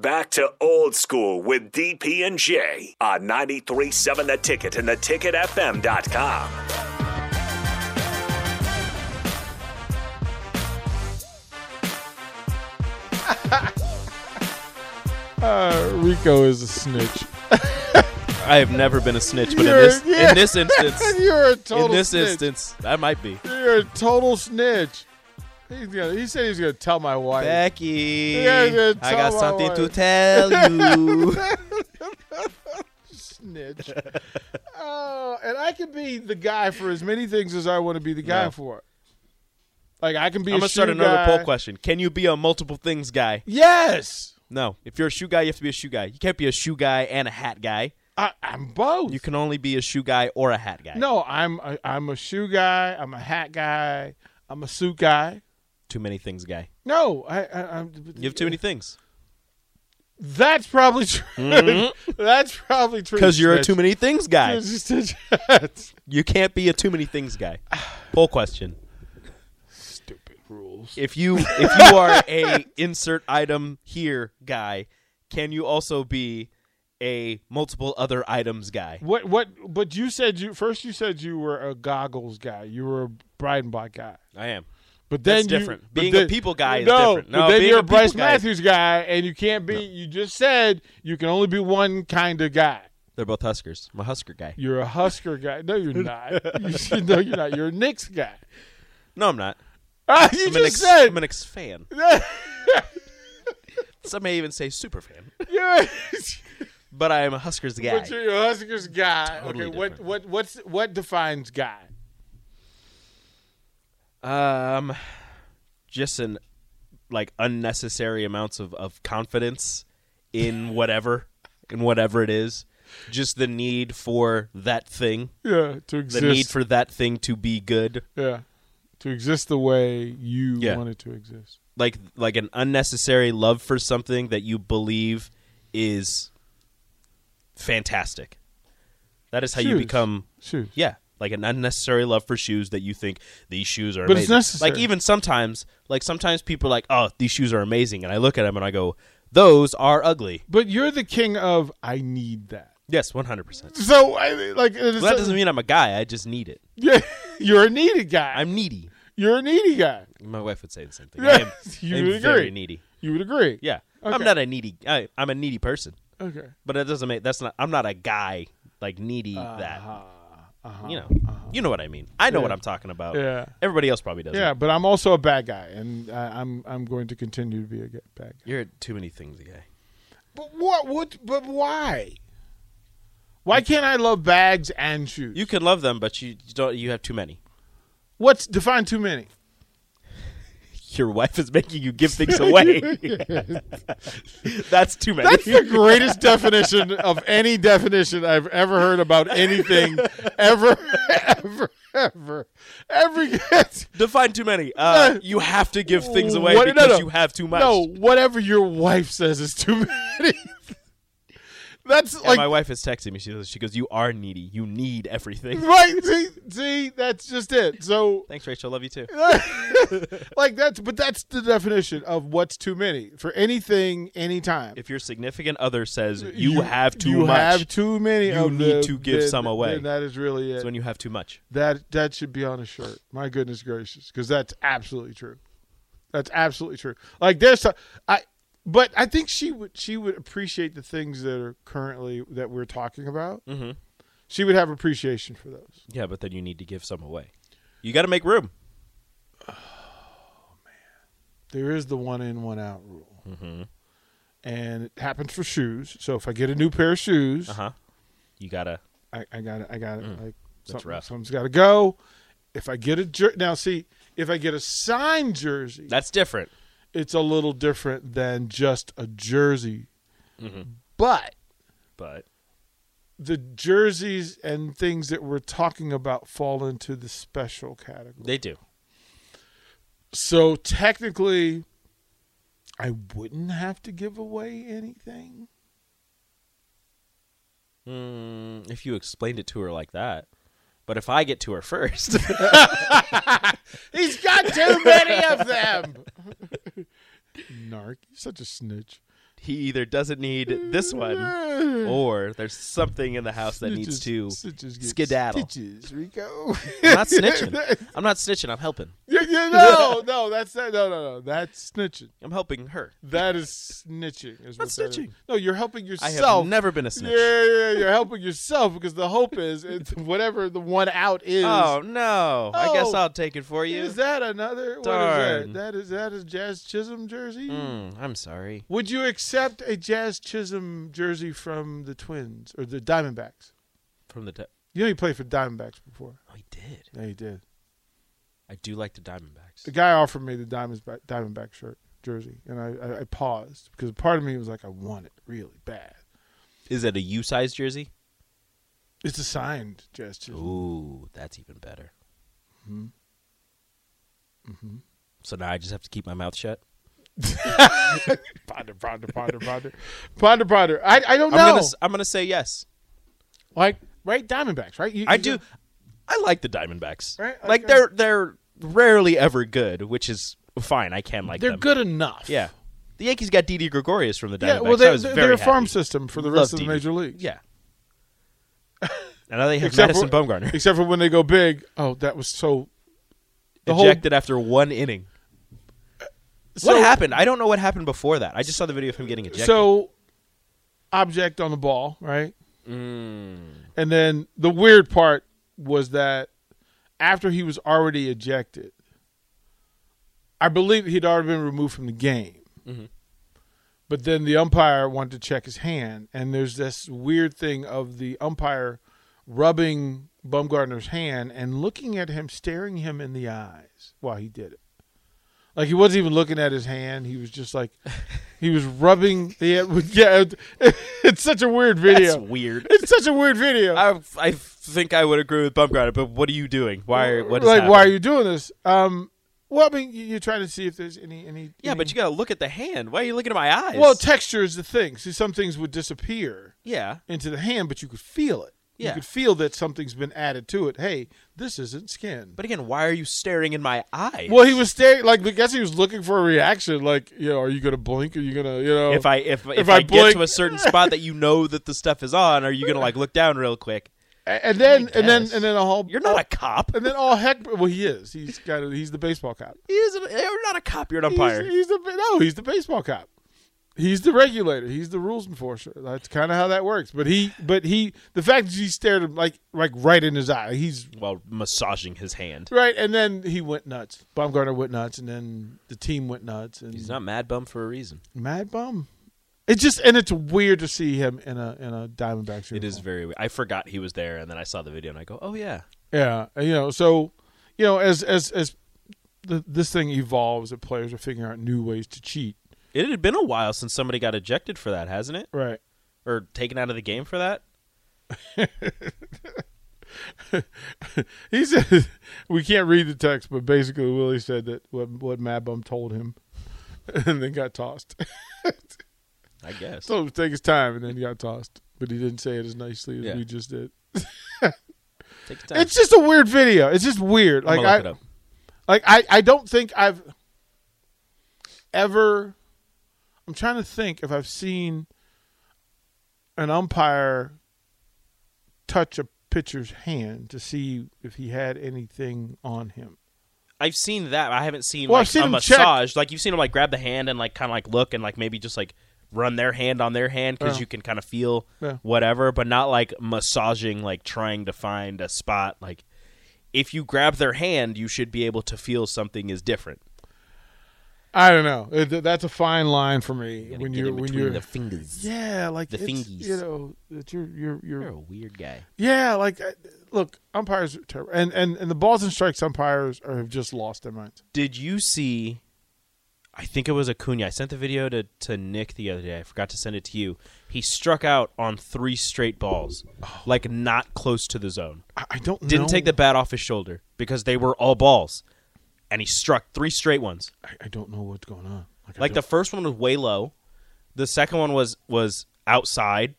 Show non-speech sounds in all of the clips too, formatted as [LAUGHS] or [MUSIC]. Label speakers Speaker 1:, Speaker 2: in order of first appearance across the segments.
Speaker 1: Back to old school with DP and J on 93.7 The Ticket and theticketfm.com.
Speaker 2: Uh, Rico is a snitch.
Speaker 3: I have never been a snitch, but in
Speaker 2: [LAUGHS] You're-
Speaker 3: this
Speaker 2: yeah.
Speaker 3: in this instance,
Speaker 2: You're a total
Speaker 3: in this
Speaker 2: snitch.
Speaker 3: instance, I might be.
Speaker 2: You're a total snitch. He's gonna, he said he's going to tell my wife.
Speaker 3: Becky,
Speaker 2: Yeah, yeah,
Speaker 3: I
Speaker 2: tell
Speaker 3: got
Speaker 2: my
Speaker 3: something to
Speaker 2: wife. [LAUGHS]
Speaker 3: tell you.
Speaker 2: Snitch. [LAUGHS] oh, and I can be the guy for as many things as I want to be the guy
Speaker 3: No.
Speaker 2: for. Like, I can be
Speaker 3: I'm
Speaker 2: a
Speaker 3: gonna start
Speaker 2: shoe
Speaker 3: another
Speaker 2: guy.
Speaker 3: poll question. Can you be a multiple things guy?
Speaker 2: Yes.
Speaker 3: No. If you're a shoe guy, you have to be a shoe guy. You can't be a shoe guy and a hat guy.
Speaker 2: I, I'm both.
Speaker 3: You can only be a shoe guy or a hat guy.
Speaker 2: no, I'm a, I'm a shoe guy. I'm a hat guy. I'm a suit guy.
Speaker 3: Too many things guy.
Speaker 2: No, I, I, I'm.
Speaker 3: You have too many things.
Speaker 2: That's probably true. [LAUGHS] That's probably true.
Speaker 3: Because Mm-hmm. you're a
Speaker 2: Snitch.
Speaker 3: too many things guy.
Speaker 2: Stupid.
Speaker 3: You can't be a too many
Speaker 2: [SIGHS]
Speaker 3: things guy. Poll question.
Speaker 2: rules.
Speaker 3: if [LAUGHS] you if you are a insert item here guy, can you also be a multiple other items guy?
Speaker 2: What? What? But you said you first. You said you were a goggles guy. You were a bright and black guy.
Speaker 3: I am.
Speaker 2: But then
Speaker 3: That's
Speaker 2: you-
Speaker 3: different.
Speaker 2: but
Speaker 3: Being a
Speaker 2: then-
Speaker 3: people guy is
Speaker 2: no,
Speaker 3: different.
Speaker 2: but
Speaker 3: No,
Speaker 2: then
Speaker 3: being
Speaker 2: you're
Speaker 3: a
Speaker 2: a Bryce
Speaker 3: people guy-
Speaker 2: Matthews guy, and you can't be. You just said you can only be one kind of guy.
Speaker 3: They're both Huskers. I'm a Husker guy.
Speaker 2: You're a Husker guy. No, you're
Speaker 3: [LAUGHS]
Speaker 2: not. you should, no, you're not. You're a Knicks guy.
Speaker 3: No, I'm not.
Speaker 2: Ah, you
Speaker 3: [LAUGHS] I'm,
Speaker 2: just
Speaker 3: an ex,
Speaker 2: said [LAUGHS]
Speaker 3: I'm an ex [LAUGHS] fan. Some may even say super fan.
Speaker 2: Yeah.
Speaker 3: But I am a Huskers guy.
Speaker 2: But you're a Huskers guy.
Speaker 3: Totally
Speaker 2: okay, what
Speaker 3: different.
Speaker 2: what what's what defines guy?
Speaker 3: Um, just an like unnecessary amounts of of confidence in whatever in whatever it is. Just the need for that thing.
Speaker 2: Yeah, to
Speaker 3: the
Speaker 2: exist.
Speaker 3: need for that thing to be good
Speaker 2: yeah, to exist the way you
Speaker 3: Yeah.
Speaker 2: want it to exist.
Speaker 3: like like an unnecessary love for something that you believe is fantastic that is how you
Speaker 2: Shoes.
Speaker 3: become
Speaker 2: Shoes.
Speaker 3: yeah like an unnecessary love for shoes that you think these shoes are
Speaker 2: But it's
Speaker 3: amazing.
Speaker 2: necessary.
Speaker 3: like even sometimes like sometimes people are like oh these shoes are amazing and i look at them and i go those are ugly
Speaker 2: But you're the king of I need that.
Speaker 3: yes 100%
Speaker 2: So I like it's-
Speaker 3: well, that doesn't mean i'm a guy i just need it
Speaker 2: yeah, [LAUGHS] you're a needy guy.
Speaker 3: i'm needy
Speaker 2: you're a needy guy.
Speaker 3: my wife would say the same thing
Speaker 2: Yeah,
Speaker 3: i am,
Speaker 2: you
Speaker 3: I am
Speaker 2: would agree.
Speaker 3: very needy
Speaker 2: You would agree.
Speaker 3: yeah
Speaker 2: Okay.
Speaker 3: i'm not a needy I, i'm a needy person
Speaker 2: Okay.
Speaker 3: But that doesn't make that's not I'm not a guy like needy that. You know, you know what I mean. I know what I'm talking about.
Speaker 2: Uh-huh. Yeah.
Speaker 3: Everybody else probably doesn't.
Speaker 2: Yeah, but I'm also a bad guy, and I, I'm I'm going to continue to be a g- bad guy.
Speaker 3: You're too many things a guy.
Speaker 2: But what? What? But why? Why can't I love bags and shoes?
Speaker 3: You can love them, but you you don't. You have too many.
Speaker 2: What's define too many?
Speaker 3: Your wife is making you
Speaker 2: [LAUGHS]
Speaker 3: give things away. [LAUGHS] that's too many.
Speaker 2: That's the greatest definition of any definition I've ever heard about anything ever, ever, ever. Every
Speaker 3: [LAUGHS] Define too many. Uh, you have to give things away
Speaker 2: What- no,
Speaker 3: because
Speaker 2: no.
Speaker 3: you have too much.
Speaker 2: no, whatever your wife says is too many. That's
Speaker 3: And
Speaker 2: like
Speaker 3: my wife is texting me. She goes, she goes, you are needy. You need
Speaker 2: [LAUGHS]
Speaker 3: everything.
Speaker 2: right. See, see, that's just it. So,
Speaker 3: Thanks, Rachel. Love you too.
Speaker 2: like that's but that's the definition of what's too many for anything, anytime.
Speaker 3: If your significant other says you, have too
Speaker 2: you
Speaker 3: much,
Speaker 2: have too many.
Speaker 3: You
Speaker 2: of
Speaker 3: need
Speaker 2: them,
Speaker 3: to give
Speaker 2: then-
Speaker 3: some away.
Speaker 2: then that is really it.
Speaker 3: it's when you have too much.
Speaker 2: That that should be on a shirt. My goodness gracious, because that's absolutely true. That's absolutely true. Like there's, some- I, but I think she would she would appreciate the things that are currently that we're talking about. Mm-hmm. She would have appreciation for those.
Speaker 3: Yeah, but then you need to give some away. You got to make room.
Speaker 2: There is the one in one out rule,
Speaker 3: Mm-hmm.
Speaker 2: and it happens for shoes. So if I get a new pair of shoes,
Speaker 3: Uh huh. You gotta.
Speaker 2: I, I got it. I got it. like
Speaker 3: Mm. that's
Speaker 2: something,
Speaker 3: rough.
Speaker 2: something's got to go. If I get a jer- now, see if I get a signed jersey,
Speaker 3: That's different.
Speaker 2: it's a little different than just a jersey.
Speaker 3: Mm-hmm.
Speaker 2: But
Speaker 3: But
Speaker 2: the jerseys and things that we're talking about fall into the special category.
Speaker 3: they do.
Speaker 2: So technically, I wouldn't have to give away anything.
Speaker 3: Mm, if you explained it to her like that. But if I get to her first, [LAUGHS]
Speaker 2: He's got too many of them. Narc, you're such a snitch.
Speaker 3: he either doesn't need this one
Speaker 2: [SIGHS]
Speaker 3: or there's something in the house that needs to [LAUGHS] skedaddle.
Speaker 2: Stitches, Rico.
Speaker 3: I'm not snitching.
Speaker 2: [LAUGHS]
Speaker 3: I'm not snitching. I'm helping.
Speaker 2: Yeah, yeah, no, no, that's that. No, no, no. That's snitching.
Speaker 3: I'm helping her.
Speaker 2: That is snitching. Is what
Speaker 3: That's
Speaker 2: that is.
Speaker 3: snitching.
Speaker 2: No, you're helping
Speaker 3: I have
Speaker 2: yourself.
Speaker 3: never been a snitch.
Speaker 2: Yeah, yeah, yeah, you're helping yourself because the hope is it's
Speaker 3: [LAUGHS]
Speaker 2: whatever the one out is.
Speaker 3: Oh no! I guess
Speaker 2: Oh.
Speaker 3: I'll take it for you.
Speaker 2: Is that another? What
Speaker 3: Darn.
Speaker 2: is that? That is that is Jazz Chisholm jersey.
Speaker 3: Mm, I'm sorry.
Speaker 2: Would you accept a Jazz Chisholm jersey from the Twins or the Diamondbacks?
Speaker 3: From the de-
Speaker 2: You know he played for Diamondbacks before.
Speaker 3: oh, he did.
Speaker 2: Yeah, he did.
Speaker 3: I do like the Diamondbacks.
Speaker 2: The guy offered me the Diamondback Diamondback shirt jersey, and I, I, I paused because part of me was like, I want it really bad.
Speaker 3: Is it a U size jersey?
Speaker 2: It's a signed Jazz Chisholm.
Speaker 3: Ooh, that's even better.
Speaker 2: Mhm. Mhm.
Speaker 3: So now I just have to keep my mouth shut.
Speaker 2: Ponder, ponder, ponder, ponder, [LAUGHS] ponder, ponder. I, I don't know.
Speaker 3: I'm gonna s- I'm gonna say yes.
Speaker 2: like right, Diamondbacks, right? You,
Speaker 3: I
Speaker 2: you
Speaker 3: do. I like the Diamondbacks.
Speaker 2: Right, uh, okay.
Speaker 3: Like they're they're rarely ever good, which is fine. I can like
Speaker 2: They're
Speaker 3: them.
Speaker 2: good enough.
Speaker 3: Yeah. The Yankees got Didi Gregorius from the Diamondbacks.
Speaker 2: Yeah, well,
Speaker 3: I
Speaker 2: they're,
Speaker 3: was
Speaker 2: they're,
Speaker 3: very
Speaker 2: they're a farm
Speaker 3: happy.
Speaker 2: system for the
Speaker 3: Love
Speaker 2: rest of the
Speaker 3: DD.
Speaker 2: major league. [LAUGHS]
Speaker 3: Yeah. and now they have
Speaker 2: Except
Speaker 3: Madison
Speaker 2: for-
Speaker 3: Bumgarner
Speaker 2: Except for when they go big. Oh, that was so. [LAUGHS] The whole-
Speaker 3: ejected after one inning.
Speaker 2: so,
Speaker 3: what happened? I don't know what happened before that. I just saw the video of him getting ejected.
Speaker 2: So, object on the ball, right?
Speaker 3: Mm.
Speaker 2: And then the weird part was that after he was already ejected, I believe he'd already been removed from the game.
Speaker 3: Mhm.
Speaker 2: But then the umpire wanted to check his hand, and there's this weird thing of the umpire rubbing Bumgarner's hand and looking at him, staring him in the eyes while he did it. Like he wasn't even looking at his hand; he was just like he was rubbing. Yeah, [LAUGHS] yeah. [LAUGHS] it- It's such a weird video.
Speaker 3: That's weird.
Speaker 2: It's such a weird video.
Speaker 3: I, I think I would agree with Bumgarner, but what are you doing? Why? What is
Speaker 2: like, why are
Speaker 3: happening?
Speaker 2: you doing this? Um, well, I mean, you- you're trying to see if there's any, any.
Speaker 3: Yeah, but you gotta look at the hand. Why are you looking at my eyes?
Speaker 2: well, texture is the thing. See, some things would disappear
Speaker 3: yeah,
Speaker 2: into the hand, but you could feel it. You
Speaker 3: Yeah.
Speaker 2: could feel that something's been added to it. Hey, this isn't skin.
Speaker 3: but again, why are you staring in my eyes?
Speaker 2: well, he was staring. Like, I guess he was looking for a reaction. Like, you know, are you gonna blink? Are you gonna, you know?
Speaker 3: if I if if,
Speaker 2: If I
Speaker 3: I, get
Speaker 2: blink-
Speaker 3: to a certain spot that you know that the stuff is on, are you gonna like look down real quick?
Speaker 2: A- and then, and then,
Speaker 3: guess.
Speaker 2: and then a whole.
Speaker 3: You're not a cop.
Speaker 2: And then all heck. Well, he is. He's kind of. He's the baseball cop.
Speaker 3: He is. a- You're not a cop. You're an umpire.
Speaker 2: He's, he's the no, he's the baseball cop. He's the regulator. He's the rules enforcer. That's kind of how that works. But he, but he, the fact that he stared him like like right in his eye. He's
Speaker 3: While massaging his hand,
Speaker 2: right, and then he went nuts. Baumgartner went nuts, and then the team went nuts. And
Speaker 3: he's not mad bum for a reason.
Speaker 2: mad bum. It just and it's weird to see him in a in a Diamondbacks.
Speaker 3: It is
Speaker 2: uniform.
Speaker 3: very. weird. I forgot he was there, and then I saw the video, and I go, "Oh yeah,
Speaker 2: Yeah, and, you know, so you know, as as as the, this thing evolves, that players are figuring out new ways to cheat.
Speaker 3: it had been a while since somebody got ejected for that, hasn't it?
Speaker 2: Right.
Speaker 3: Or taken out of the game for that?
Speaker 2: He said, [LAUGHS] "We can't read the text, but basically Willie said that what what Mad Bum told him, [LAUGHS] and then got tossed. [LAUGHS]
Speaker 3: I guess.
Speaker 2: Told him to take his time, and then he got tossed. But he didn't say it as nicely as
Speaker 3: Yeah.
Speaker 2: we just did.
Speaker 3: Take your time.
Speaker 2: It's just a weird video. It's just weird.
Speaker 3: I'm
Speaker 2: Like
Speaker 3: gonna look
Speaker 2: I,
Speaker 3: it up.
Speaker 2: like I, I don't think I've ever. I'm trying to think if I've seen an umpire touch a pitcher's hand to see if he had anything on him.
Speaker 3: I've seen that. I haven't seen
Speaker 2: Well,
Speaker 3: like
Speaker 2: I've seen
Speaker 3: a
Speaker 2: him check.
Speaker 3: massage. Like you've seen him like grab the hand and like kind of like look and like maybe just like run their hand on their hand because
Speaker 2: Yeah.
Speaker 3: you can kind of feel
Speaker 2: Yeah.
Speaker 3: whatever, but not like massaging, like trying to find a spot. Like if you grab their hand, you should be able to feel something is different.
Speaker 2: I don't know. It- th- That's a fine line for me
Speaker 3: You gotta
Speaker 2: when
Speaker 3: get
Speaker 2: you're
Speaker 3: in
Speaker 2: when
Speaker 3: between
Speaker 2: you're
Speaker 3: the fingers.
Speaker 2: yeah, like
Speaker 3: the
Speaker 2: it's,
Speaker 3: fingies.
Speaker 2: You know, that you're you're you're
Speaker 3: You're a weird guy.
Speaker 2: yeah. Like I- look, umpires are terrible, and and and the balls and strikes umpires are, have just lost their minds.
Speaker 3: Did you see? I think it was Acuna. I sent the video to, to Nick the other day. I forgot to send it to you. He struck out on three straight balls,
Speaker 2: Oh.
Speaker 3: like not close to the zone.
Speaker 2: I, I don't
Speaker 3: Didn't
Speaker 2: know.
Speaker 3: take the bat off his shoulder because they were all balls, and he struck three straight ones.
Speaker 2: I, I don't know what's going on. I
Speaker 3: Like the
Speaker 2: don't-
Speaker 3: first one was way low, the second one was was outside,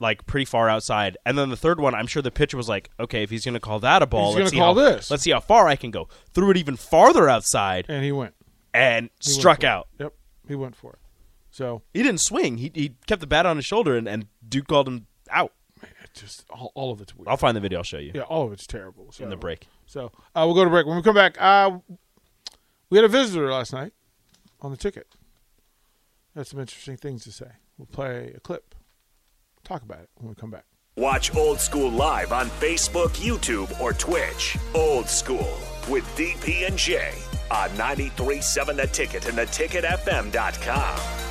Speaker 3: like pretty far outside, and then the third one, I'm sure the pitcher was like, okay, if he's going to call that a ball,
Speaker 2: He's gonna
Speaker 3: let's see
Speaker 2: call
Speaker 3: how
Speaker 2: this.
Speaker 3: let's see how far I can go. Threw it even farther outside
Speaker 2: and he went
Speaker 3: and
Speaker 2: He went
Speaker 3: struck
Speaker 2: for it.
Speaker 3: out.
Speaker 2: Yep, he went for it. So
Speaker 3: He didn't swing. He he kept the bat on his shoulder, and, and Duke called him out.
Speaker 2: it just all, all of it's weird.
Speaker 3: I'll find the video. I'll show you
Speaker 2: yeah, all of it's terrible. So,
Speaker 3: in the break.
Speaker 2: So uh, we'll go to break. When we come back, uh, we had a visitor last night on the ticket. Had some interesting things to say. We'll play a clip. Talk about it when we come back.
Speaker 1: Watch Old School live on Facebook, YouTube, or Twitch. Old School with DP and J on 937 The Ticket and theticketfm.com.